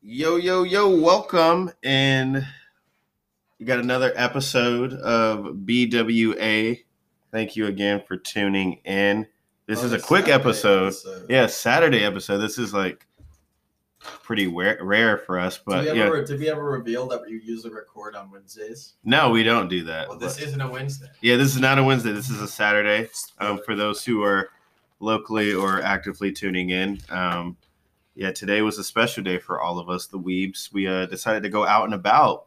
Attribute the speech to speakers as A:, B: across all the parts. A: Yo, yo, yo, welcome. And you got another episode of BWA. Thank you again for tuning in. This
B: Oh,
A: is a
B: it's
A: quick
B: Saturday
A: episode.
B: episode.
A: Yeah, Saturday episode. This is like pretty rare, rare for us, but
B: did, we
A: yeah.
B: ever, did we ever reveal that you usually record on Wednesdays?
A: No, we don't do that.
B: Well, this
A: but-
B: isn't a Wednesday.
A: yeah, this is not a Wednesday. This is a Saturday. Um, for those who are locally or actively tuning in, um, yeah, today was a special day for all of us, the Weebs. We uh, decided to go out and about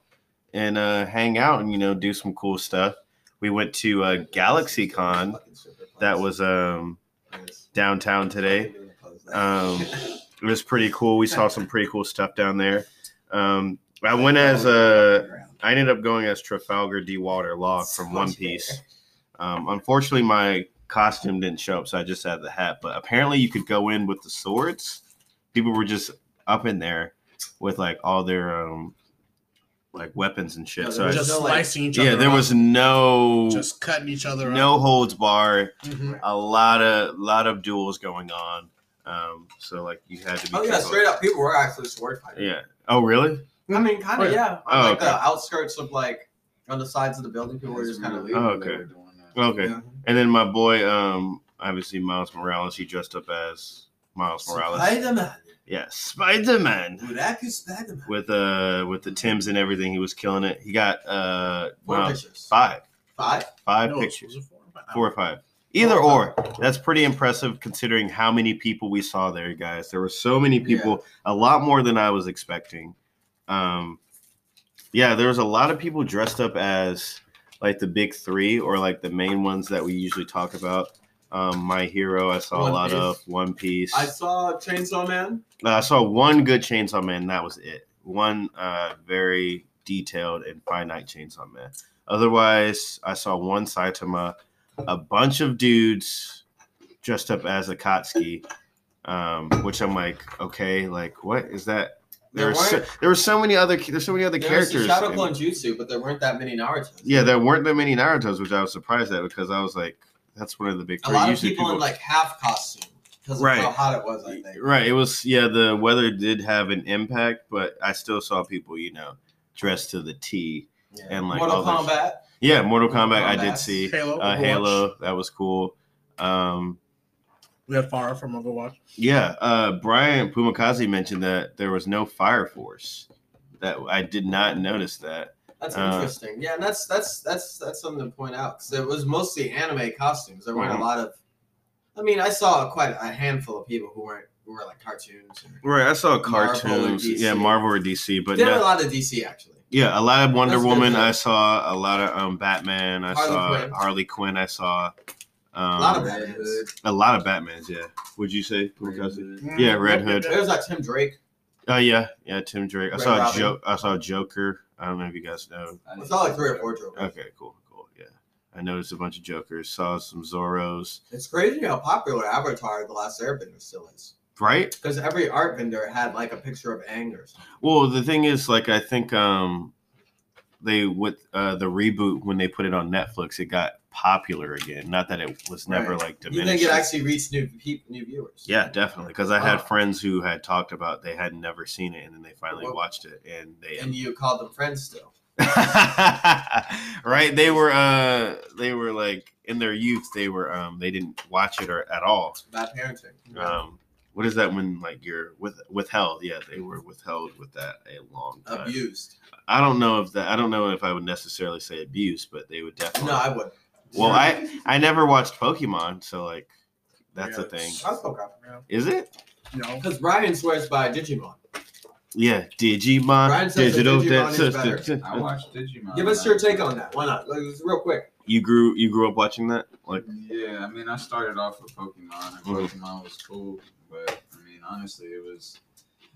A: and uh, hang out and you know do some cool stuff. We went to uh, GalaxyCon that was um, downtown today. Um, It was pretty cool. We saw some pretty cool stuff down there. Um, I went as a I ended up going as Trafalgar D. Water Law from One Piece. Um, unfortunately, my costume didn't show up, so I just had the hat. But apparently, you could go in with the swords. People were just up in there with like all their um, like weapons and shit.
B: Yeah,
A: so
B: there
A: I,
B: was
C: just
B: no, like-
C: slicing each other.
A: yeah, there
C: up,
A: was no
C: just cutting each other. up.
A: no holds bar.
B: Mhm.
A: A lot of lot of duels going on. Um, so like you had to be.
B: Oh yeah,
A: careful.
B: straight up, people were actually sword fighting.
A: Yeah. Oh really?
B: I mean, kind of
C: Wait.
B: yeah. On
A: Oh,
B: like
A: okay.
B: the outskirts of like on the sides of the building, people were just kind of
A: Oh, okay. Okay. And then my boy, um, obviously Miles Morales, he dressed up as Miles Morales.
B: Spider-Man,
A: yeah, Spider Man.
B: Uraku Spider-Man.
A: With uh with the Tims and everything, he was killing it. He got uh
B: Four
A: well,
B: pictures.
A: five.
B: Five.
A: Five
C: No, it
A: pictures.
C: was a four, but-
A: Four or five. Either or. That's pretty impressive considering how many people we saw there, guys. There were so many people, a lot more than I was expecting. Um yeah, there was a lot of people dressed up as like the big three or like the main ones that we usually talk about. Um, My Hero, I saw
B: One
A: a lot
B: Piece.
A: of One Piece.
B: I saw Chainsaw Man.
A: Uh, I saw one good Chainsaw Man. and That was it. One uh, very detailed and finite Chainsaw Man. Otherwise, I saw one Saitama, a bunch of dudes dressed up as Akatsuki, um, which I'm like, okay, like what is that? There,
B: There
A: were so,
B: weren't-
A: there were so many other there's so many other
B: There was the
A: characters.
B: Shadow
A: in-
B: Clone Jutsu, but there weren't that many Naruto's.
A: yeah, there weren't that many Naruto's, which I was surprised at because I was like, that's one of the big.
B: a
A: three.
B: lot of
A: Usually
B: people, in like half costume because of
A: Right.
B: how hot it was. I think.
A: Right. It was yeah, the weather did have an impact, but I still saw people, you know, dressed to the T.
B: Yeah.
A: And, like,
B: Mortal
A: all this-
B: Kombat.
A: Yeah, Mortal Kombat I
B: Kombat.
A: did see.
C: Halo.
A: Uh,
C: Overwatch.
A: Halo, that was cool. Um
C: We had Farah from Overwatch.
A: yeah, uh Brian Pumakazi mentioned that there was no fire force. That I did not notice that.
B: That's
A: Uh,
B: interesting. Yeah, and that's that's that's that's something to point out because it was mostly anime costumes. There weren't
A: Mhm.
B: a lot of. I mean, I saw quite a handful of people who weren't who were like cartoons. Or,
A: Right, I saw
B: Marvel or
A: cartoons. yeah,
B: DC.
A: Marvel or DC, but
B: there were
A: no-
B: a lot of DC actually.
A: yeah, a lot of Wonder
B: That's good,
A: Woman.
B: though.
A: I saw a lot of um Batman. I
B: Harley
A: saw
B: Quinn.
A: Harley Quinn. I saw um,
B: A lot of
A: Batmans.
B: Red Hood.
A: A lot of Batmans. Yeah, would you say? Pumakazi?
C: Mm-hmm.
A: Yeah, Red Hood.
B: There was like Tim Drake.
A: Oh yeah, yeah. Tim Drake. I
B: Red
A: saw
B: Robin.
A: jo- I saw Joker. I don't know if you guys know.
B: I saw like three or four Drake.
A: Okay, cool, cool. Yeah, I noticed a bunch of Jokers. Saw some Zorros.
B: It's crazy how popular Avatar: The Last Airbender still is
A: Right.
B: because every art vendor had like a picture of Aang or something.
A: Well, the thing is, like, I think um, they with uh the reboot when they put it on Netflix, it got popular again. Not that it was never
B: Right.
A: like
B: You
A: diminished.
B: think it actually Oh. reached new peop new viewers?
A: yeah, definitely. Because I had
B: Wow.
A: friends who had talked about they had never seen it, and then they finally
B: Well-
A: watched it, and they
B: And you called them friends still.
A: right they were uh they were like in their youth they were um they didn't watch it or at all
B: Bad parenting.
A: um what is that when like you're with withheld yeah they were withheld with that a long time
B: Abused.
A: i don't know if that i don't know if i would necessarily say abuse but they would definitely
B: No, I would.
A: well i i never watched pokemon so like that's
C: Yeah,
A: a thing
C: it's-
B: I'm so proud.
A: is it
C: No.
B: Because Brian swears by Digimon.
A: yeah digimon
B: Brian says that
A: digital
B: Digimon
A: that's-
B: is
A: that's-
D: I watched Digimon.
B: Give us your take on that. Why not? Like, it's real quick.
A: you grew you grew up watching that like
D: Yeah, I mean, I started off with Pokemon, and
A: Mhm.
D: Pokemon was cool, but I mean, honestly, it was.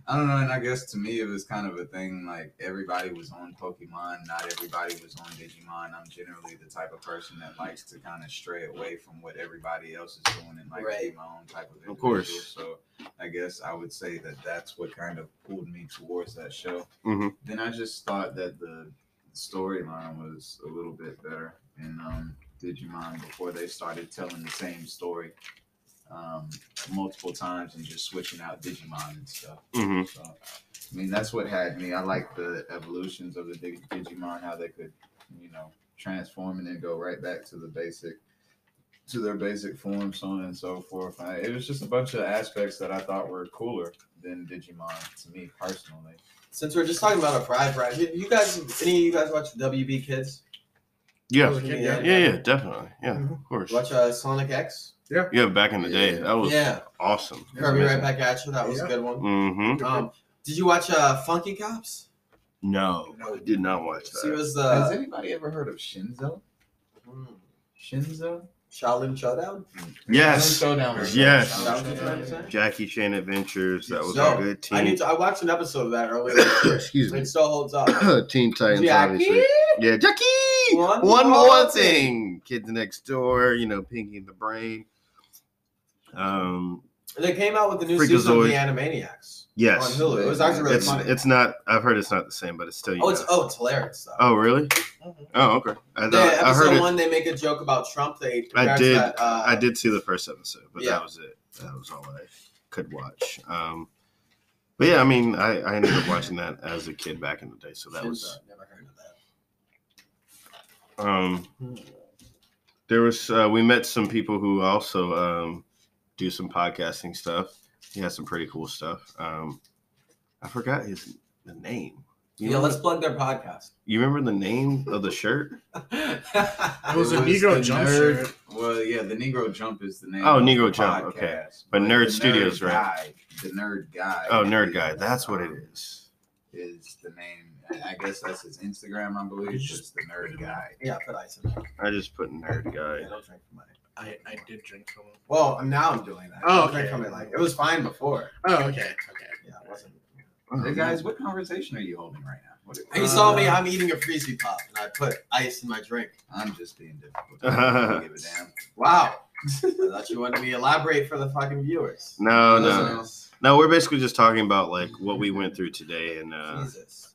D: I don't know, and I guess to me it was kind of a thing like everybody was on Pokemon, not everybody was on Digimon. I'm generally the type of person that likes to kind of stray away from what everybody else is doing and like be
B: Right.
D: my own type of individual.
A: Of course.
D: So I guess I would say that that's what kind of pulled me towards that show.
A: Mhm.
D: Then I just thought that the the storyline was a little bit better in um, Digimon before they started telling the same story um, multiple times and just switching out Digimon and stuff.
A: Mhm.
D: So, I mean, that's what had me. I like the evolutions of the Dig- Digimon, how they could, you know, transform and then go right back to the basic, to their basic form, so on and so forth. I, it was just a bunch of aspects that I thought were cooler than Digimon to me personally.
B: Since we're just talking about a pride ride, you you guys, any of you guys watch WB Kids?
A: Yeah.
B: Oh,
C: Yeah.
A: Yeah, yeah, definitely. Yeah, of course.
B: Watch uh, Sonic X?
A: Yeah, back in the day,
D: Yeah.
A: that was
B: yeah.
A: awesome.
B: Kirby right back at you. That was
C: Yeah.
B: a good one.
A: Mm-hmm.
B: Um, did you watch uh, Funky Cops?
A: No, I did not watch
B: She
A: that.
B: was
D: Has
B: uh,
D: anybody ever heard of Shinzo?
B: mm,
D: Shinzo?
B: Shaolin Showdown.
A: Yes.
D: Shaolin Showdown was-
A: Yes.
B: That was what I was saying.
A: Jackie Chan Adventures. That was
B: No,
A: a good
B: I
A: team.
B: need to. I watched an episode of that earlier.
A: Excuse me.
B: it still holds up.
A: Teen Titans,
B: Jackie,
A: obviously. Yeah, Jackie.
B: One
A: One,
B: more
A: more thing. Kids next door. You know, Pinky and the Brain. Um.
B: they came out with the new season of
A: Freakazoid.
B: the Animaniacs
A: Yes.
B: on Hulu. It was actually really
A: It's
B: funny.
A: it's not. I've heard it's not the same, but it's still. You
B: oh, it's
A: know.
B: oh, it's hilarious though.
A: Oh, really?
C: Mhm.
A: Oh, okay. I
B: They-
A: thought, I heard
B: episode
A: it.
B: one, they make a joke about Trump. They
A: I
B: that's
A: did-
B: That, uh,
A: I did see the first episode, but
B: Yeah.
A: that was it. That was all I could watch. Um, but yeah, I mean, I, I ended up watching that as a kid back in the day, so that
B: Shinzo,
A: was.
B: never heard of that.
A: Um, there was uh, we met some people who also um, do some podcasting stuff. He has some pretty cool stuff. Um, I forgot his the name. You,
B: Yeah,
A: remember,
B: let's plug their podcast.
A: you remember the name of the shirt?
C: It was a
D: It was
C: Negro
D: the
C: jump
D: nerd-
C: shirt.
D: Well, yeah, the Negro Jump is the name.
A: Oh,
D: of the
A: Negro Jump, okay.
D: podcast,
A: But Nerd
D: the
A: Studios, right?
D: Guy, the Nerd Guy.
A: Oh, Nerd Guy.
D: is,
A: That's what it
D: um,
A: is.
D: Is the name? I guess that's his Instagram. I believe
C: It's
D: it's
C: just-
D: just the Nerd Guy.
B: yeah, put ice in there.
A: I just put Nerd
B: Yeah,
A: Guy.
B: don't drink from it.
C: I, I did drink from it.
B: Well, now I'm doing that.
C: Oh,
B: Don't drink
C: okay.
B: from it. Like it was fine before.
C: Oh, okay.
B: Yeah, it wasn't.
A: Uh,
D: Hey guys, what conversation are you holding right now? What Uh,
B: He saw me. I'm eating a freezy pop, and I put ice in my drink.
D: I'm just being difficult. I don't give a damn.
B: Wow. I thought you wanted me to elaborate for the fucking viewers.
A: No, no,
B: Listeners.
A: no. We're basically just talking about like what we went through today and uh,
B: Jesus.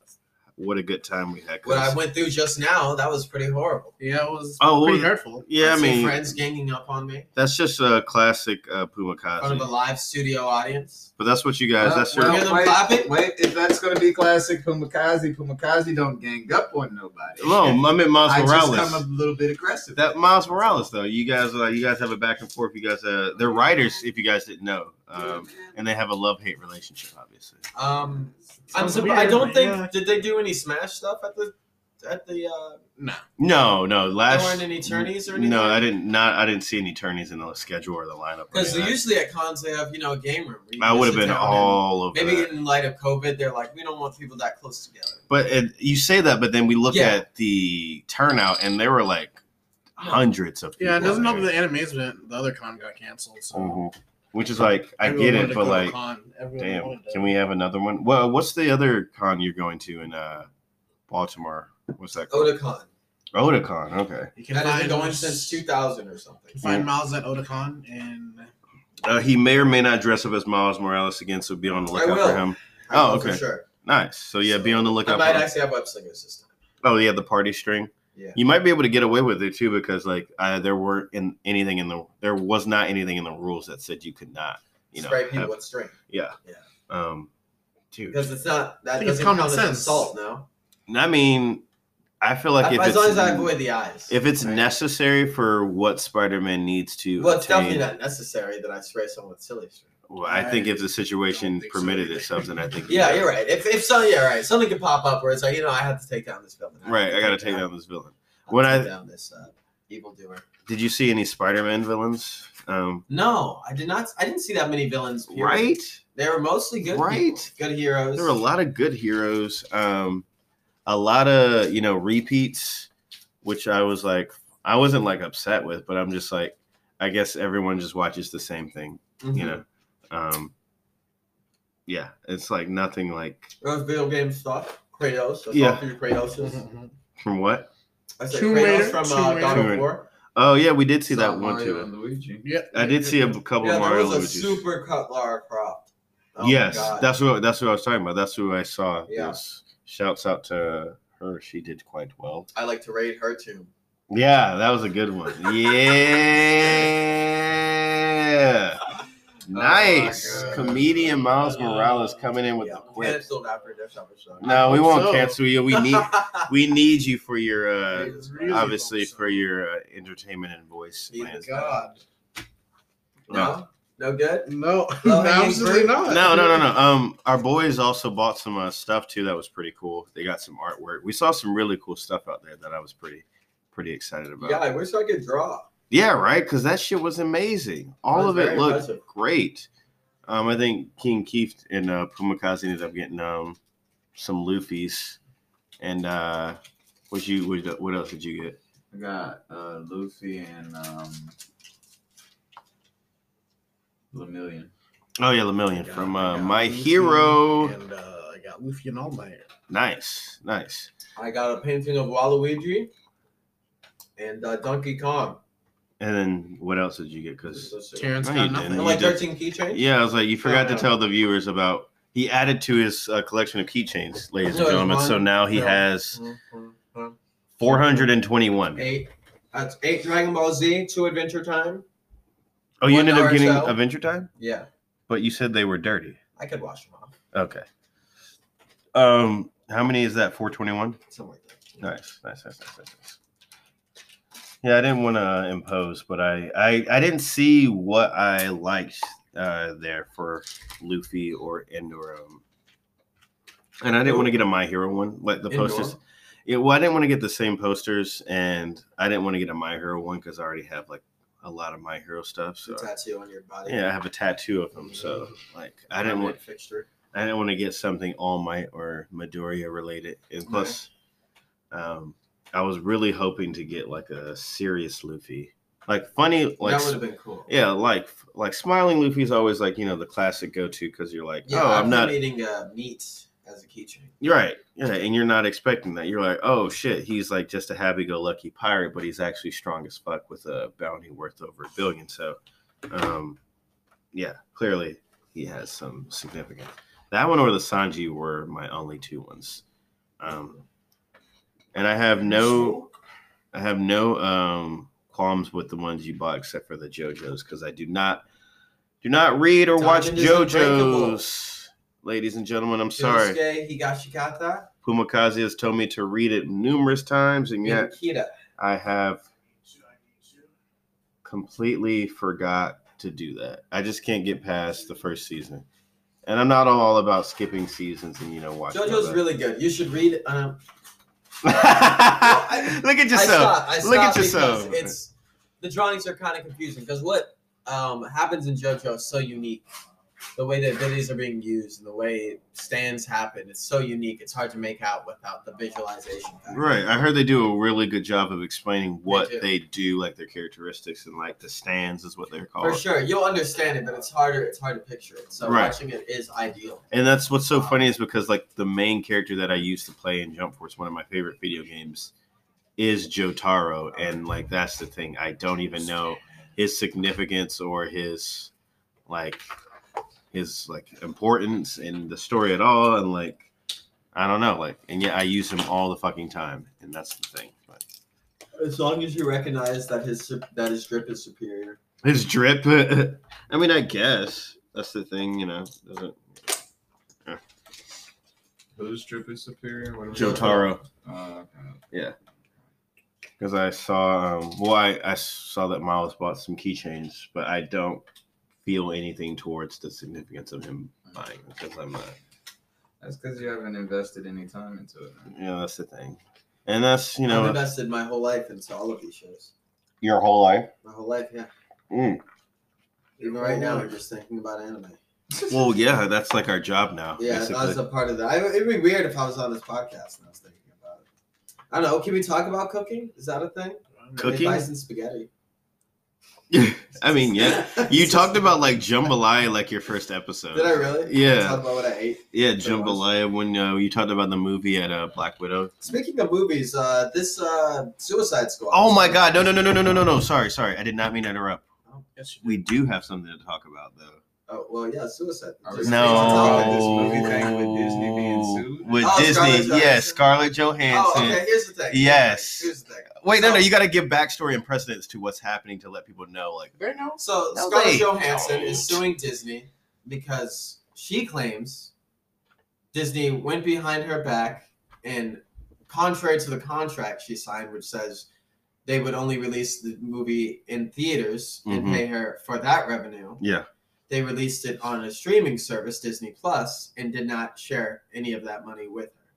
A: what a good time we had. 'cause-
B: What I went through just now, that was pretty horrible.
C: Yeah, it was
A: Oh,
C: pretty
A: well,
C: hurtful.
A: yeah, I
B: I'd say
A: mean,
B: friends ganging up on me
A: that's just a classic uh,
B: in front of a
A: Pumakazi.
B: live studio audience.
A: But that's what you guys. That's your.
B: well, Hear them clapping?
D: wait, wait, if that's gonna be classic Pumakazi, Pumakazi don't gang up on nobody.
A: No, I meant
D: I
A: Miles
D: just come a
A: Morales.
D: little bit aggressive.
A: That Miles Morales though. You guys, uh, you guys have a back and forth. You guys, uh, they're writers. If you guys didn't know, um, and they have a love hate relationship, obviously.
B: Um, I'm
C: Sounds
B: surp-
C: weird,
B: I don't
C: but
B: think
C: yeah.
B: did they do any smash stuff at the at the uh
A: No, no.
B: there
A: Last.
B: weren't any tourneys or anything?
A: No, I didn't. Not I didn't see any turnies in the schedule or the lineup. or
B: because
A: any of that.
B: usually at cons they have you know a game room. where you
A: I
B: can
A: would have
B: sit
A: been
B: down
A: all
B: and-
A: over. that.
B: Maybe in light of COVID, they're like, we don't want people that close together.
A: But it, you say that, but then we look
B: Yeah.
A: at the turnout, and there were like hundreds of people.
C: Oh. Yeah, it doesn't help
A: there.
C: that the animes went. The other con got canceled. So
A: Mhm. Which is like, I
C: everyone
A: get
C: wanted
A: it,
C: to
A: but
C: go to
A: like,
C: con. Everyone
A: damn,
C: wanted to-
A: can we have another one? Well, what's the other con you're going to in uh, Baltimore? What's that called?
B: Otakon.
A: Otakon. Okay.
C: You can
B: That has been
C: find
B: going since 2000 or something.
C: you can
A: Mm-hmm.
C: find Miles at Otakon and
A: Uh, he may or may not dress up as Miles Morales again, so be on the
B: I
A: lookout
B: will.
A: for him.
B: I don't
A: Oh,
B: know for
A: okay.
B: sure.
A: Nice. So yeah, be on the
B: I
A: lookout.
B: might
A: for him.
B: actually have web slingers this time.
A: Oh yeah, the party string.
B: Yeah.
A: You might be able to get away with it too, because like uh, there weren't in anything in the there was not anything in the rules that said you could not. You know,
B: Spray people
A: have-
B: with string
A: yeah,
B: Yeah.
A: Um, dude,
B: because it's not that
C: think it's
B: doesn't
C: common
B: count as
C: sense.
B: assault. No,
A: I mean, I feel like if
B: as
A: it's
B: long as I avoid the eyes.
A: if it's
B: Right.
A: necessary for what Spider-Man needs to,
B: well, it's
A: attain-
B: definitely not necessary that I spray someone with silly string.
A: Well, I think if the situation
C: don't think so
A: permitted
C: either.
A: itself, then I think
B: Yeah, you're right. If if so, yeah, right. Something could pop up where it's like you know I have to take down this building. have
A: Right,
B: to
A: I gotta take down this villain.
B: have to
A: When
B: take
A: I-
B: down this uh, evildoer.
A: Did you see any Spider-Man villains? Um,
B: No, I did not. I didn't see that many villains. Period.
A: right.
B: They were mostly good.
A: Right?
B: people, good heroes.
A: There were a lot of good heroes, um, a lot of you know repeats, which I was like, I wasn't like upset with, but I'm just like, I guess everyone just watches the same thing,
B: Mhm.
A: you know. Um, yeah, it's like nothing like
B: There was video game stuff. Kratos. That's
A: Yeah.
B: All three Kratoses.
A: from what?
B: I said
C: Mm-hmm. Tomb
B: Kratos
C: Raider,
B: from uh,
C: Tomb
B: God
A: Raider.
B: of War.
A: Oh yeah, we did see
D: Saw
A: that one
D: Mario
A: too.
D: and Luigi.
C: yeah.
A: I did see a couple
B: Yeah,
A: of
B: there
A: Mario
B: was a
A: Luigi's.
B: super cut Lara Croft. Oh my
A: yes,
B: God.
A: that's what that's what I was talking about. That's who I saw.
B: Yeah.
A: Yes. Shouts out to her. She did quite well.
B: I like to raid her too.
A: Yeah, that was a good one.
B: Oh,
A: Yeah. nice.
D: Oh my God.
A: Comedian Miles Morales coming in with
B: yeah,
A: the quips.
B: Canceled after Death Shop episode.
A: No, we won't
C: So-
A: cancel you. We need we need you for your
C: I
A: uh
C: really
A: obviously
C: hope so.
A: for your uh, entertainment and voice.
B: Be the
A: man.
B: God.
A: No.
B: No, no good.
C: No,
B: Low hanging
C: absolutely
B: fruit?
C: not.
A: No, no, no, no. Um, our boys also bought some uh, stuff too. That was pretty cool. They got some artwork. We saw some really cool stuff out there that I was pretty, pretty excited about.
B: Yeah, I wish I could draw.
A: Yeah, right. Because that shit was amazing. All
B: was
A: of it
B: very
A: looked
B: impressive.
A: great. Um, I think King Keith and uh, Pumakazi ended up getting um some Luffy's, and uh, what you what, what else did you get?
D: I got uh, Luffy and um, Lemillion.
A: Oh yeah, Lemillion
C: Yeah,
A: from
C: I
A: uh,
C: got
A: My
C: Luffy
A: Hero.
C: And uh, I got Luffy and All Might.
A: Nice, nice.
B: I got a painting of Waluigi and uh, Donkey Kong.
A: And then what else did you get? Because
B: And
C: Terrence
A: No, you
C: got nothing.
A: didn't.
B: like
A: did-
B: 13 keychains?
A: Yeah, I was like, you forgot to
C: Uh,
B: no.
A: tell the viewers about. He added to his uh, collection of keychains, ladies and
B: No, it's
A: gentlemen. So
B: one,
A: now he
B: no.
A: has
B: Mm, mm, mm.
A: 421.
B: Eight. That's eight Dragon Ball Z, two Adventure Time.
A: Oh, you
B: one
A: ended up getting
B: RSL.
A: Adventure Time,
B: Yeah,
A: but you said they were dirty.
B: I could wash them off.
A: Okay. Um, how many is that? 421.
B: Something like that.
A: Nice, nice, nice, nice, nice. nice. Yeah, I didn't want to impose, but I, I I didn't see what I liked uh, there for Luffy or Endor. Um, and I didn't want to get a My Hero one. Like the
B: Indoor.
A: posters, Yeah, well, I didn't want to get the same posters, and I didn't want to get a My Hero one because I already have like a lot of My Hero stuff. So
B: The tattoo on your body.
A: yeah, I have a tattoo of them. So like, I didn't want
B: Permanent fixture.
A: I didn't want to get something All Might or Midoriya related. And plus, um, I was really hoping to get like a serious Luffy, like funny, like
B: that would have been cool.
A: yeah, like like smiling Luffy's always like you know the classic go to because you're like,
B: Yeah,
A: oh,
B: I've
A: I'm
B: been
A: not
B: eating uh, meat as a keychain.
A: You're right. Yeah, and you're not expecting that. You're like, oh shit, he's like just a happy-go-lucky pirate, but he's actually strong as fuck with a bounty worth over a billion. So, um, yeah, clearly he has some significance. That one or the Sanji were my only two ones. Um, and I have no, I have no um qualms with the ones you bought except for the JoJo's because I do not, do not read or
B: Time
A: watch
B: is unbreakable.
A: JoJo's. Ladies and gentlemen, I'm sorry.
B: Josuke Higashikata
A: Pumakazi has told me to read it numerous times, and
B: and
A: yet
B: Kida.
A: I have completely forgot to do that. I just can't get past the first season. And I'm not all about skipping seasons and you know watching. all
B: JoJo's
A: that.
B: really good. You should read. Um,
A: Look at
B: I
A: yourself.
B: stopped. I
A: Look at
B: stopped because
A: yourself.
B: It's the drawings are kind of confusing because what um, happens in JoJo is so unique. The way the abilities are being used and the way stands happen, it's so unique. It's hard to make out without the visualization. factor.
A: Right. I heard they do a really good job of explaining what
B: do.
A: they do, like their characteristics and like the stands is what they're
B: For
A: called.
B: sure, you'll understand it, but it's harder. It's hard to picture it. So
A: Right.
B: watching it is ideal.
A: And that's what's so funny is because like the main character that I used to play in Jump Force, one of my favorite video games, is Jotaro, and like that's the thing. I don't even know his significance or his like his like importance in the story at all, and like I don't know, like and yet I use him all the fucking time, and that's the thing. But
B: As long as you recognize that his sup- that his drip is superior.
A: his drip, I mean, I guess that's the thing, you know. Doesn't
D: Whose drip is superior? What are we-
A: Jotaro.
D: Uh, okay.
A: because I saw um, well, I, I saw that Miles bought some keychains, but I don't feel anything towards the significance of him buying because I'm not.
D: That's because you haven't invested any time into it. Man.
A: You know, that's the thing, and that's you
B: I've
A: know
B: invested my whole life into all of these shows.
A: your whole life.
B: My whole life, yeah.
A: Mm.
B: Even right now, I'm just thinking about anime.
A: Well, yeah, that's like our job now.
B: Yeah, that
A: basically.
B: was a part of that. I, it'd be weird if I was on this podcast and I was thinking about it. I don't know. Can we talk about cooking? Is that a thing?
A: Cook- Cooking?
B: Like Rice and spaghetti.
A: I mean, yeah. You talked about like jambalaya like your first episode.
B: Did I really?
A: Yeah.
B: Talk about what I ate.
A: Yeah,
B: That's what it was.
A: jambalaya when uh, you talked about the movie at uh, Black Widow.
B: Speaking of movies, uh, this uh, Suicide Squad.
A: Oh my God! No, no, no, no, no, no, no! Sorry, sorry. I did not mean to interrupt.
C: Yes, you
A: We do have something to talk about though.
B: Oh well, yeah, suicide.
D: Are we
B: Just-
D: still on top of this
A: No.
D: movie thing with Disney being sued?
A: With
B: Oh,
A: Disney, yes,
B: Scarlett Johansson.
A: Scarlett Johansson.
B: Oh, okay. Here's the thing.
A: Yes.
B: Here's the thing.
A: Wait, no, no, you got to give backstory and precedence to what's happening to let people know, like, there no.
B: So
A: No,
B: Scarlett
A: they
B: Johansson
A: don't.
B: is suing Disney because she claims Disney went behind her back and contrary to the contract she signed, which says they would only release the movie in theaters
A: Mhm.
B: and pay her for that revenue.
A: Yeah.
B: They released it on a streaming service, Disney Plus, and did not share any of that money with her.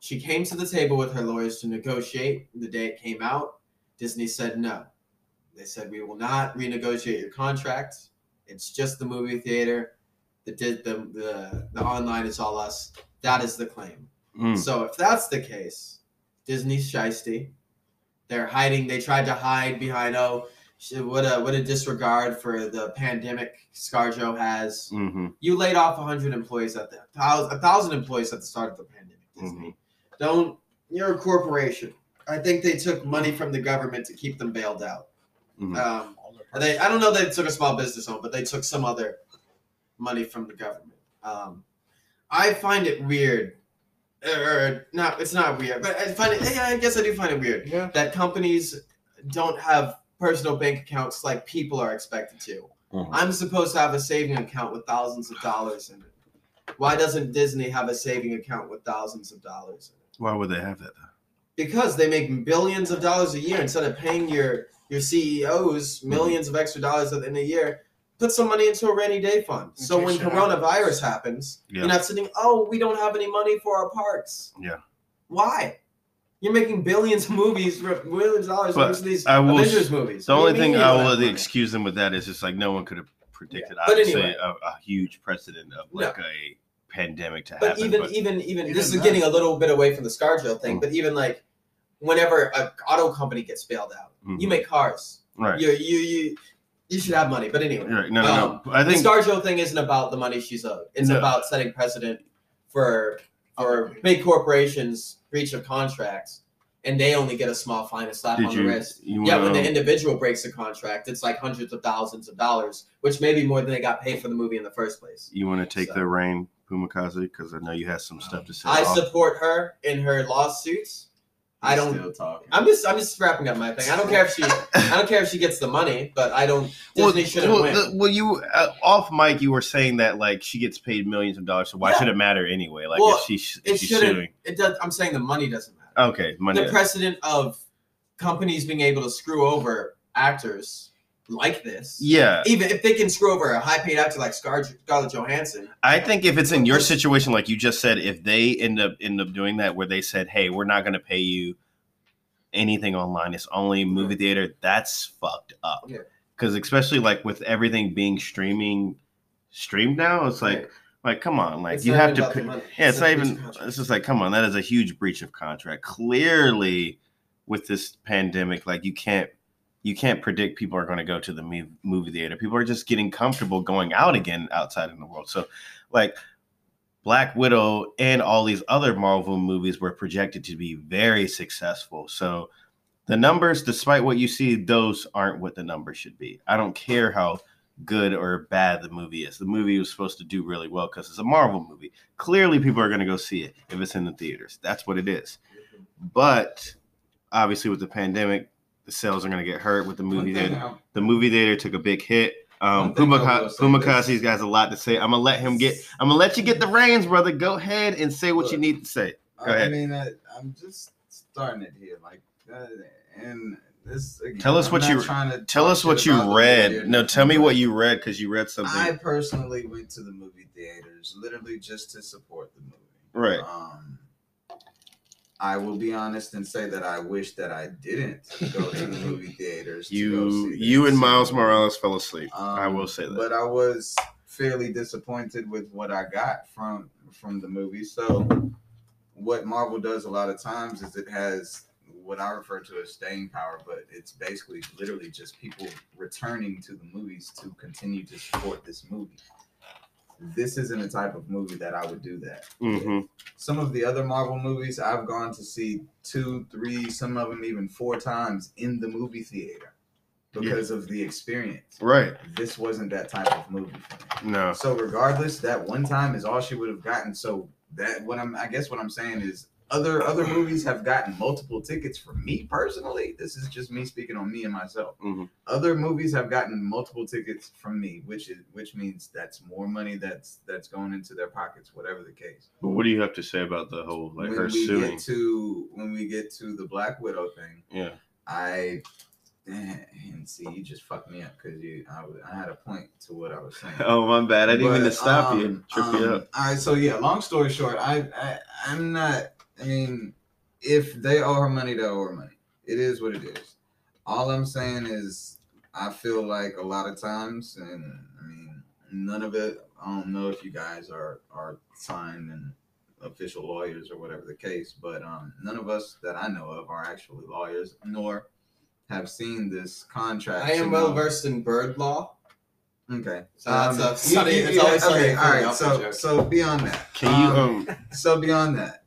B: She came to the table with her lawyers to negotiate. The day it came out, Disney said no. They said we will not renegotiate your contract. It's just the movie theater. The did the the, the online is all us. That is the claim.
A: Mm.
B: So if that's the case, Disney's shisty. They're hiding. They tried to hide behind oh, sh- what a what a disregard for the pandemic ScarJo has.
A: hmm
B: You laid off 100 employees at the thousand, a thousand employees at the start of the pandemic. Disney, don't. You're a corporation. I think they took money from the government to keep them bailed out.
A: Mhm.
B: Um, they, I don't know. They took a small business loan, but they took some other money from the government. Um, I find it weird, or not. It's not weird, but I find it. Yeah, I guess I do find it weird
C: Yeah.
B: that companies don't have personal bank accounts like people are expected to.
A: Mhm.
B: I'm supposed to have a saving account with thousands of dollars in it. Why doesn't Disney have a saving account with thousands of dollars in it?
A: Why would they have that? Though?
B: Because they make billions of dollars a year instead of paying your your CEOs 1000000s of extra dollars at the end of the year. Put some money into a rainy day fund. So
C: Okay,
B: when
C: sure.
B: coronavirus happens,
A: Yeah.
B: you're not sitting, oh, we don't have any money for our parks.
A: Yeah.
B: Why? You're making billions of movies, for millions of dollars
A: But
B: for each of these
A: I will-
B: Avengers movies.
A: The
B: What do you
A: only
B: mean
A: thing
B: you
A: I
B: don't
A: will
B: have money?
A: excuse them with that is just like no one could have predicted
B: But
A: obviously
B: anyway.
A: a, a huge precedent of
B: No.
A: like a pandemic to
B: but
A: happen.
B: even
A: but
B: even even
D: Even
B: this is
D: that.
B: getting a little bit away from the ScarJo thing.
A: Mm.
B: But even like whenever an auto company gets bailed out,
A: Mhm.
B: you make cars.
A: right,
B: You you you you should have money. But anyway,
A: right, no, no, no. I
B: the
A: think
B: ScarJo thing isn't about the money she's owed. It's
A: No.
B: about setting precedent for for big corporations breach of contracts, and they only get a small fine, a slap
A: did
B: on
A: you?
B: the wrist.
A: you
B: Yeah,
A: know,
B: when the individual breaks a contract, it's like hundreds of thousands of dollars, which may be more than they got paid for the movie in the first place.
A: you want to take
B: So.
A: the reign, Pumakazi, because I know you had some stuff to say.
B: I
A: off-
B: support her in her lawsuits. I don't.
D: Still talking.
B: I'm just. I'm just wrapping up my thing. I don't care if she. I don't care if she gets the money, but I don't. Disney shouldn't
A: well,
B: win.
A: the- well, you uh, off mic, you were saying that like she gets paid millions of dollars, so why
B: Yeah.
A: should it matter anyway? Like
B: Well,
A: if she's
B: it
A: if she's
B: shouldn't-
A: suing,
B: it does. I'm saying the money doesn't matter.
A: okay, money.
B: The precedent of companies being able to screw over actors like this.
A: yeah,
B: Even if they can screw over a high-paid actor like Scar- Scarlett Johansson,
A: I think if it's in your situation, like you just said, if they end up end up doing that, where they said, "Hey, we're not going to pay you anything online. It's only movie theater." That's fucked up.
B: Yeah.
A: Because especially like with everything being streaming streamed now, it's like like come on, like
B: It's
A: you
B: not
A: have
B: even
A: to.
B: about the
A: pay-
B: money.
A: yeah, it's
B: a
A: not
B: breach
A: even.
B: of contract.
A: It's just like come on, that is a huge breach of contract. Clearly, with this pandemic, like you can't. You can't predict people are going to go to the mov- movie theater. People are just getting comfortable going out again outside in the world. So, like, Black Widow and all these other Marvel movies were projected to be very successful. So the numbers, despite what you see, those aren't what the numbers should be. I don't care how good or bad the movie is. The movie was supposed to do really well because it's a Marvel movie. Clearly, people are going to go see it if it's in the theaters. That's what it is. But obviously, with the pandemic, the sales are going to get hurt with the
D: One
A: movie
D: thing
A: theater.
D: I-
A: The movie theater took a big hit. Um,
D: One thing I
A: Pumaka-
D: will say is-
A: Pumakasi's has a lot to say. I'm gonna let him get. I'm gonna let you get the reins, brother. Go ahead and say what you
D: Look.
A: need to say. Go
D: Uh, I
A: ahead.
D: mean, I, I'm just starting it here, like, uh, and this. Again,
A: Tell us
D: I'm
A: what
D: not
A: you-
D: trying to
A: Tell
D: talk
A: us
D: shit
A: what you
D: about the
A: read.
D: theater,
A: No, tell me
D: but
A: what you read because you read something.
D: I personally went to the movie theaters literally just to support the movie.
A: right.
D: Um, I will be honest and say that I wish that I didn't go to the movie theaters. to go
A: You
D: see
A: you
D: this.
A: and Miles Morales fell asleep.
D: Um,
A: I will say that.
D: But I was fairly disappointed with what I got from from the movie. So what Marvel does a lot of times is it has what I refer to as staying power, but it's basically literally just people returning to the movies to continue to support this movie. This isn't the type of movie that I would do that.
A: hmm
D: Some of the other Marvel movies I've gone to see two, three, some of them even four times in the movie theater. because of the experience.
A: Right.
D: This wasn't that type of movie. For me.
A: No.
D: So regardless, that one time is all she would have gotten. So that what I'm I guess what I'm saying is other other movies have gotten multiple tickets for me personally. This is just me speaking on me and myself.
A: Mhm.
D: Other movies have gotten multiple tickets from me, which is which means that's more money that's that's going into their pockets, whatever the case.
A: But what do you have to say about the whole like
D: when
A: her
D: we
A: suing?
D: get to when we get to the Black Widow thing,
A: yeah.
D: I and see you just fucked me up because you I, w- I had a point to what I was saying.
A: Oh my bad. I didn't mean to
D: But,
A: stop you.
D: um,
A: and Trip you
D: um,
A: up.
D: All right, so yeah, long story short, I, I I'm not. I mean, if they owe her money, they owe her money. It is what it is. All I'm saying is, I feel like a lot of times, and I mean, none of it. I don't know if you guys are are signed and official lawyers or whatever the case, but um, none of us that I know of are actually lawyers, nor have seen this contract.
B: I
D: to
B: am well
D: know-
B: versed in bird law,
D: Okay,
B: so that's
D: Um,
B: a sunny.
D: you- you-
B: It's always sunny.
D: okay,
B: in
D: all right.
B: Philadelphia,
D: So, so beyond that,
A: Can you
D: um,
A: um
D: so beyond that,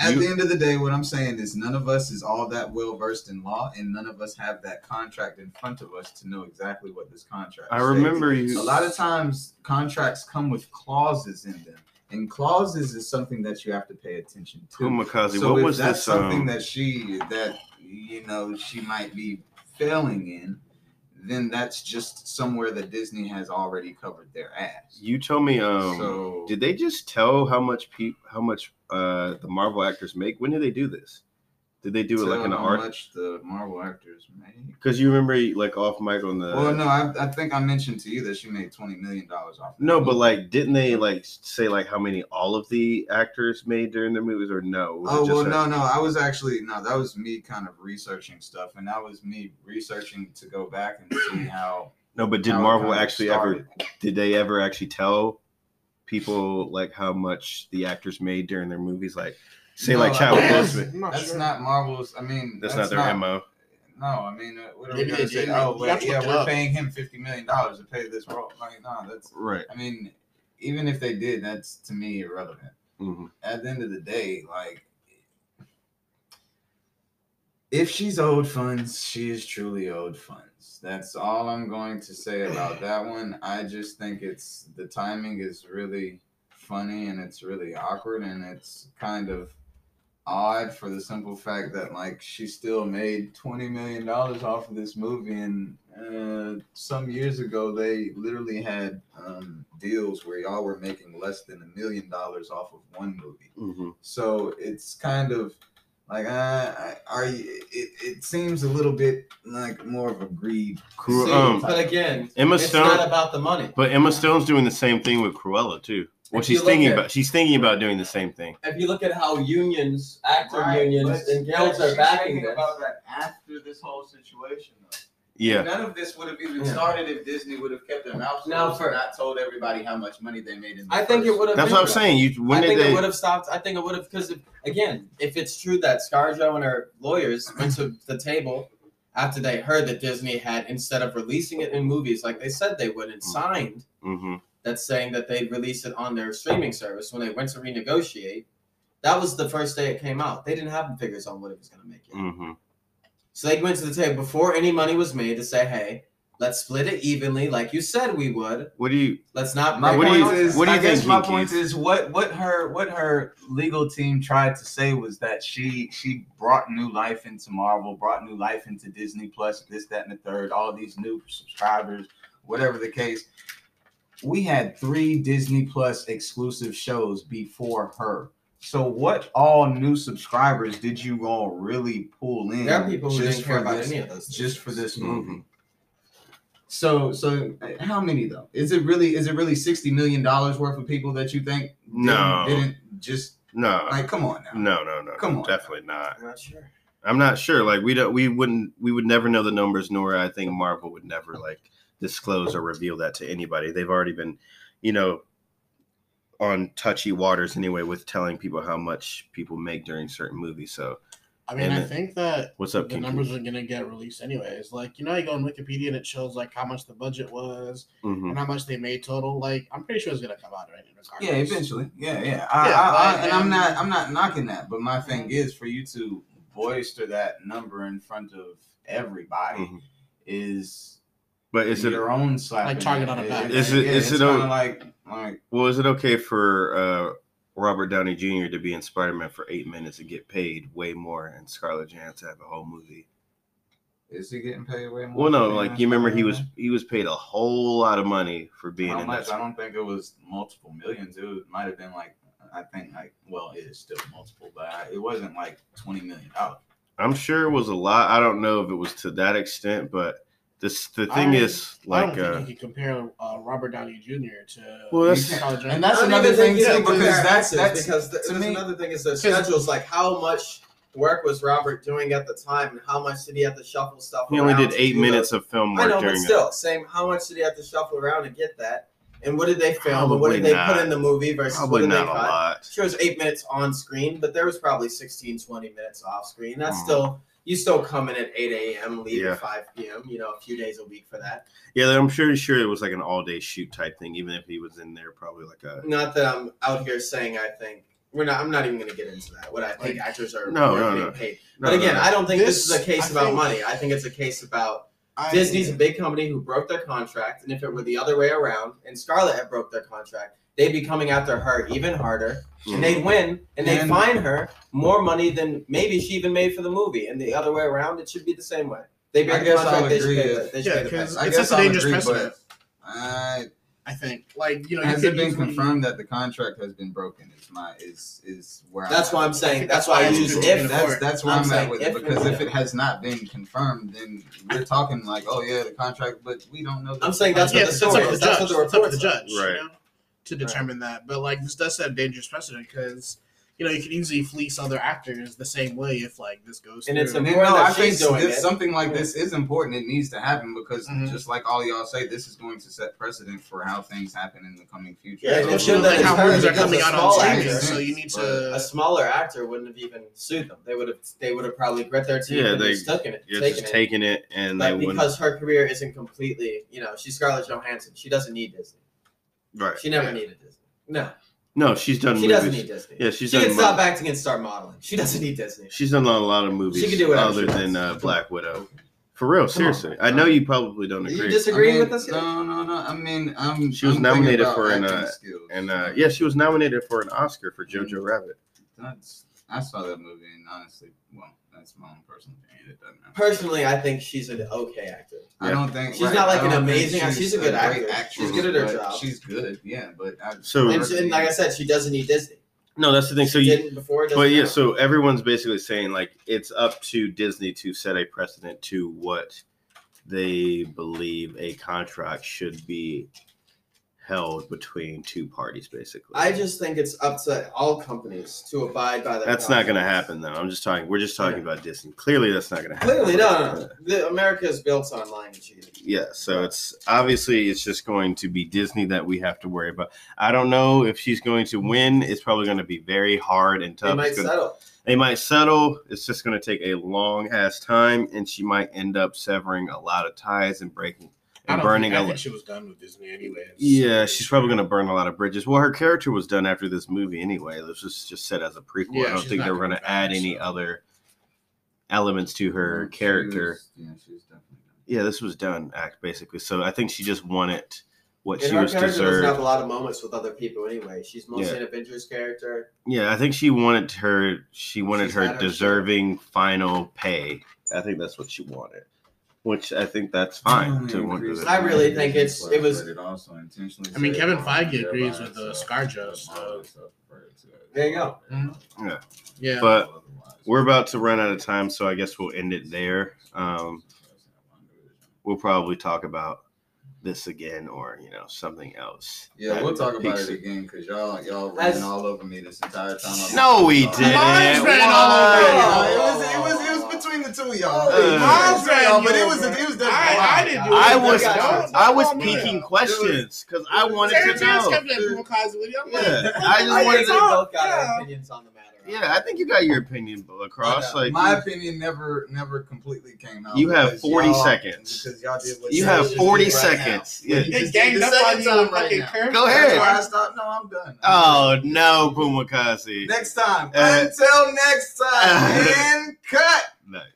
D: at
A: You-
D: the end of the day, what I'm saying is none of us is all that well versed in law, and none of us have that contract in front of us to know exactly what this contract.
A: I
D: states.
A: remember you
D: A lot of times, contracts come with clauses in them, and clauses is something that you have to pay attention to.
A: Kamikaze,
D: so
A: Oh, what
D: if
A: was
D: that's
A: this
D: something
A: um,
D: that she that you know she might be failing in, then that's just somewhere that Disney has already covered their ass.
A: you told me um
D: so
A: Did they just tell how much pe- how much uh the Marvel actors make? When did they do this? Did they do it like
D: tell
A: in an
D: how
A: art?
D: much the Marvel actors make.
A: Because you remember like off mic on the
D: Well, no, I, I think I mentioned to you that she made twenty million dollars off. that
A: No, but
D: movie.
A: like didn't they like say like how many all of the actors made during their movies or no? Was it
D: oh
A: just
D: well,
A: her?
D: no, no, I was actually no, that was me kind of researching stuff, and that was me researching to go back and see how.
A: No, but did
D: how it
A: Marvel
D: kind of
A: actually ever?
D: started.
A: Did they ever actually tell people like how much the actors made during their movies? Like, say
D: No,
A: like Chadwick
D: I-
A: Boseman.
C: I'm not
D: That's
C: sure.
D: not Marvel's. I mean,
A: That's, not their mo.
D: No, I mean, uh, what are we
C: Maybe
D: gonna
C: they
D: say?
C: did.
D: Oh,
C: You
D: wait,
C: have to
D: yeah,
C: look it
D: we're
C: up.
D: paying him fifty million dollars to play this role. Like, no, that's.
A: Right.
D: I mean, even if they did, that's to me irrelevant.
A: hmm
D: at the end of the day, like if she's owed funds, she is truly owed funds. That's all I'm going to say about that one. I just think it's the timing is really funny and it's really awkward and it's kind of odd for the simple fact that like she still made 20 million dollars off of this movie and uh, some years ago they literally had um, deals where y'all were making less than a million dollars off of one movie
A: hmm
D: so it's kind of like uh, I- are you, it, it seems a little bit like more of a greed
A: Cru-
D: same
A: um,
D: type
B: but
D: of
B: again,
A: Emma
B: it's
A: Stone.
B: not about the money.
A: but Emma Stone's doing the same thing with Cruella too. Well,
B: If
A: she's
B: you look
A: thinking
B: at-
A: about she's thinking about doing the same thing.
B: If you look at how unions, actor
D: Right,
B: unions,
D: but-
B: and guilds
D: but
B: are
D: she's
B: backing
D: thinking
B: this,
D: about that after this whole situation though.
A: Yeah.
D: None of this would have even
B: Yeah.
D: started if Disney would have kept their mouth closed
B: Now for-
D: and not told everybody how much money they made in the
B: I think it
D: first-
B: would have.
A: That's what I'm saying. You when
B: I
A: did
B: think
A: they?
B: it would have stopped. I think it would have because again, if it's true that ScarJo and her lawyers went to the table after they heard that Disney had, instead of releasing it in movies like they said they would, and
A: Mm.
B: signed
A: hmm
B: that saying that they'd release it on their streaming service when they went to renegotiate. That was the first day it came out. They didn't have the figures on what it was going to make it.
A: hmm
B: So they went to the table before any money was made to say, "Hey, let's split it evenly, like you said we would.
A: What do you?
B: Let's not."
D: My
B: break
A: What do
B: our
A: you-
D: point is,
A: what do you
D: I guess
A: think,
D: my
A: Keith?
D: point is what what her what her legal team tried to say was that she she brought new life into Marvel, brought new life into Disney Plus, this, that, and the third, all these new subscribers, whatever the case. We had three Disney Plus exclusive shows before her. So what all new subscribers did you all really pull in?
B: There are people who
D: just
B: didn't care
D: for
B: about
D: this-
B: any of those.
D: just for
B: things.
A: Mm-hmm.
D: this movie. So, so uh, how many though? Is it really is it really sixty million dollars worth of people that you think didn't,
A: No.
D: didn't just
A: No,
D: like come on now?
A: no, no, no.
D: Come on.
A: definitely not.
B: I'm not sure.
A: I'm not sure. Like we don't. We wouldn't. We would never know the numbers. Nor I think Marvel would never like disclose or reveal that to anybody. They've already been, you know, on touchy waters anyway with telling people how much people make during certain movies. So
C: I mean,
A: And
C: I
A: it-
C: think that
A: what's up,
C: the
A: King?
C: numbers are gonna get released anyways. Like, you know, you go on Wikipedia and it shows like how much the budget was
A: hmm
C: and how much they made total. Like, I'm pretty sure it's gonna come out right.
D: Yeah,
C: regardless.
D: eventually. Yeah, yeah. I,
C: Yeah,
D: I, I,
C: like,
D: and I'm
C: um,
D: not I'm not knocking that, but my thing is for you to boister that number in front of everybody.
A: Mhm.
D: is
A: But is it
D: your own slap?
C: Like
D: in
C: target
D: the-
C: on the back.
A: Is it-
D: yeah,
A: is
D: it's
A: it
D: kind of
A: a-
D: like like
A: well? Is it okay for uh, Robert Downey Jr. to be in Spider Man for eight minutes and get paid way more, and Scarlett Johansson to have a whole movie?
D: is he getting paid way more?
A: Well, no,
D: for being
A: like
D: in
A: you remember he was
D: Spider-Man?
A: he was paid a whole lot of money for being
D: How
A: in
D: much?
A: that.
D: I don't think it was multiple millions. It was, might have been like I think like well, it is still multiple, but I, it wasn't like twenty million dollars.
A: I'm sure it was a lot. I don't know if it was to that extent, but this the
C: I
A: thing
C: don't-
A: is
C: I
A: like
C: don't think
A: uh,
C: you can compare uh, Robert Downey Jr. to
A: Well, that's-
C: Scarlett Johansson.
D: And that's
B: I don't
D: another
B: even think
D: thing
B: you
D: too,
B: can compare
D: because that's
B: actors,
D: that's
B: because th-
D: to
B: that's
D: me-
B: another thing is the schedules. Like how much work was Robert doing at the time, and how much did he have to shuffle stuff?
A: he only
B: around
A: did
B: to
A: eight
B: do
A: minutes of film
B: I
A: work
B: know, but
A: during
B: still, same. How much did he have to shuffle around to get that? And what did they film? and what
A: Probably
B: did they
A: not.
B: put in the movie
A: it.
B: versus
A: Probably
B: what did
A: not
B: they
A: a
B: cut?
A: lot.
B: Sure, it was eight minutes on screen, but there was probably 16, 20 minutes off screen. That's
A: Mhm.
B: still you still come in at eight a.m. leave
A: Yeah.
B: at five p.m. You know, a few days a week for that.
A: Yeah, I'm sure sure it was like an all day shoot type thing. Even if he was in there, probably like a
B: Not that I'm out here saying I think we're not. I'm not even going to get into that. What I think actors are
A: No,
B: worth
A: no,
B: being
A: no.
B: paid.
A: No,
B: but
A: no,
B: again,
A: no.
B: I don't think this,
C: This-
B: is a case
C: I
B: about
C: think-
B: money. I think it's a case about
C: I-
B: Disney's a big company who broke their contract, and if it were the other way around, and Scarlett had broke their contract, they'd be coming after her even harder,
A: Mhm.
B: and they'd win, and they'd
D: And-
B: fine her more money than maybe she even made for the movie. And the other way around, it should be the same way. They break
D: I
B: their
D: guess I'll
B: contract, they should
D: agree
B: pay the,
D: with-
B: they should
C: Yeah,
B: pay the
C: 'cause
B: penalty.
D: I
C: It's
D: guess
C: just a
D: I'll
C: dangerous
D: agree,
C: precedent.
D: but I
C: I think, like you know, you
D: Has
C: could
D: it been
C: easily-
D: confirmed that the contract has been broken? Is my is is where I'm
B: That's
D: at.
B: why I'm saying.
C: think
B: That's
C: that's
B: why I
C: why
B: use
C: it's
B: if.
C: important.
D: that's that's where
B: I'm
D: I'm,
B: saying
D: at with
B: if
D: it because
B: we-
D: if it has not been confirmed, then we're talking like, oh yeah, the contract, but we don't know. that
B: I'm
D: the
B: saying that's
D: contract-
C: yeah,
B: what
C: but
B: the
C: that's
B: story
C: up to the
B: is. That's
C: judge.
B: what the
C: That's up to the
B: reports
C: judge, you
A: Right.
C: know, to determine that. But like this does set a dangerous precedent because you know you can easily fleece other actors the same way if like this goes
B: And
C: through.
B: it's a-
D: And then,
B: Well,
D: no, I
B: she's
D: think
B: doing Mm-hmm.
D: this,
B: it.
D: something like this is important. It needs to happen because
C: Mhm.
D: just like all y'all say, this is going to set precedent for how things happen in the coming future.
B: Yeah,
D: So-
B: it
C: It's
B: should
C: just
B: that
C: like how
B: it's
C: movies are
B: because
C: coming
B: the
C: out
B: small
C: on streaming,
B: actors-
C: so you need
B: a
C: to.
B: smaller actor wouldn't have even sued them. They would have. They would have probably grit their teeth
A: Yeah,
B: and
A: they-
B: just stuck in it,
A: Yeah,
B: taken
A: just
B: it.
A: taking it and they
B: But
A: wouldn't.
B: because her career isn't completely, you know, she's Scarlett Johansson. She doesn't need Disney.
A: Right.
B: She never
C: Yeah.
B: needed Disney. No,
A: No, she's done
B: she
A: movies.
B: doesn't need Disney.
A: yeah, she's
B: she
A: done.
B: can stop
A: mo-
B: acting and start modeling. She doesn't need Disney.
A: She's done a lot of movies.
B: She can do whatever
A: other
B: she
A: than
B: wants.
A: uh, Black Widow. For real, seriously.
D: on.
A: I know you probably don't
B: Do you
A: agree.
D: I
B: disagree
D: mean,
B: with us?
D: No, no, no. I mean, I'm.
A: She was
D: I'm thinking
A: nominated
D: about
A: for an,
D: acting
A: uh,
D: skills.
A: and uh, yeah, she was nominated for an Oscar for Jojo Rabbit.
D: That's I saw that movie and honestly, well, that's my own personal opinion. It doesn't matter.
B: Personally, I think she's an okay actor.
D: I don't think
B: She's not, like,
D: I
B: an
D: don't think
B: amazing actress. She's a good
D: great
B: actor.
D: actress,
B: She's good at her
D: but
B: job.
D: She's good, yeah, but I,
A: So-
B: And, she- and like I said, she doesn't need Disney.
A: No, that's the thing. So
B: She
A: you,
B: didn't before. doesn't
A: but yeah,
B: now.
A: so everyone's basically saying like it's up to Disney to set a precedent to what they believe a contract should be held between two parties. Basically,
B: I just think it's up to all companies to abide by their.
A: that's not going to
B: contracts.
A: happen though. I'm just talking. We're just talking about Disney. Clearly, that's not going to happen.
B: Clearly, no, no, no. The, America is built on lying and cheating.
A: Yeah, so it's obviously it's just going to be Disney that we have to worry about. I don't know if she's going to win. It's probably going to be very hard and tough.
B: They might
A: It's gonna-
B: settle.
A: they might settle. It's just going to take a long ass time, and she might end up severing a lot of ties and breaking
C: I
A: and
C: don't
A: burning
C: think,
A: a
C: I
A: lot.
C: think she was done with Disney anyways.
A: Yeah, she's probably going to burn a lot of bridges. Well, her character was done after this movie anyway. This was just set as a prequel.
C: Yeah,
A: I don't
C: she's
A: think
C: not
A: they're going
C: coming
A: to
C: back,
A: add any
C: so.
A: other elements to her
D: she
A: character.
D: was- yeah, she was definitely. good.
A: yeah, this was done act basically. So I think she just wanted what
B: and
A: she
B: her
A: was
B: character doesn't have
A: deserved.
B: a lot of moments with other people anyway. She's mostly an Avengers character.
A: Yeah, I think she wanted her. She wanted
B: She's
A: her
B: had her
A: deserving final pay. I think that's what she wanted, which I think that's fine
D: Only
A: to want to.
D: increased
B: I really
D: the
B: think it's-
D: price,
B: it was-
D: but it also intentionally
C: I mean,
D: said
C: Kevin
D: Marvel
C: Feige
D: thereby
C: agrees with the
D: itself-
C: ScarJo,
D: that Marvel itself referred to it.
B: There you go.
C: Mhm.
A: Yeah.
C: Yeah.
A: But
D: Otherwise-
A: We're about to run out of time, so I guess we'll end it there. Um, we'll probably talk about this again, or you know something else.
D: yeah,
A: That-
D: we'll
A: that
D: talk about
A: piques-
D: it again because y'all y'all
B: As-
D: ran all over me this entire time. I've been
A: No, we
D: talking.
A: didn't.
C: Mine's ran all
A: What?
C: over you.
D: It was it was it was between the two of y'all.
A: Uh,
D: Mine's ran all- but it was it was definitely-
C: I, I didn't do
A: I
C: it.
A: was
B: Don't-
C: Don't-
A: I was
C: don't do that.
A: peeking questions because I wanted
C: Sarah
A: to
C: Jones
A: know.
C: kept that Bill Cosby video. I'm like,
A: Yeah, I
B: I
A: just
B: think
A: wanted
B: we
A: to.
B: both got
C: Yeah.
B: our opinions on the matter.
A: Yeah, I think you got your opinion across.
B: I
A: Like
D: My opinion never never completely came out.
A: You have
D: because
A: 40
D: y'all-
A: seconds.
D: Because y'all did what
A: you
D: y'all
A: have
D: just
A: 40
D: did right
A: seconds.
D: now.
A: Yeah.
D: You
C: It
D: just
C: ganged
D: did the
C: up on
D: second
C: you on
D: time right
C: fucking
D: now.
C: curve.
A: Go
D: That's
A: ahead.
D: why I stopped. No, I'm done.
A: Oh
D: I'm
A: no, Pumakasi.
D: done. Next time.
A: Uh,
D: Until next time.
A: uh,
D: and cut.
A: Nice.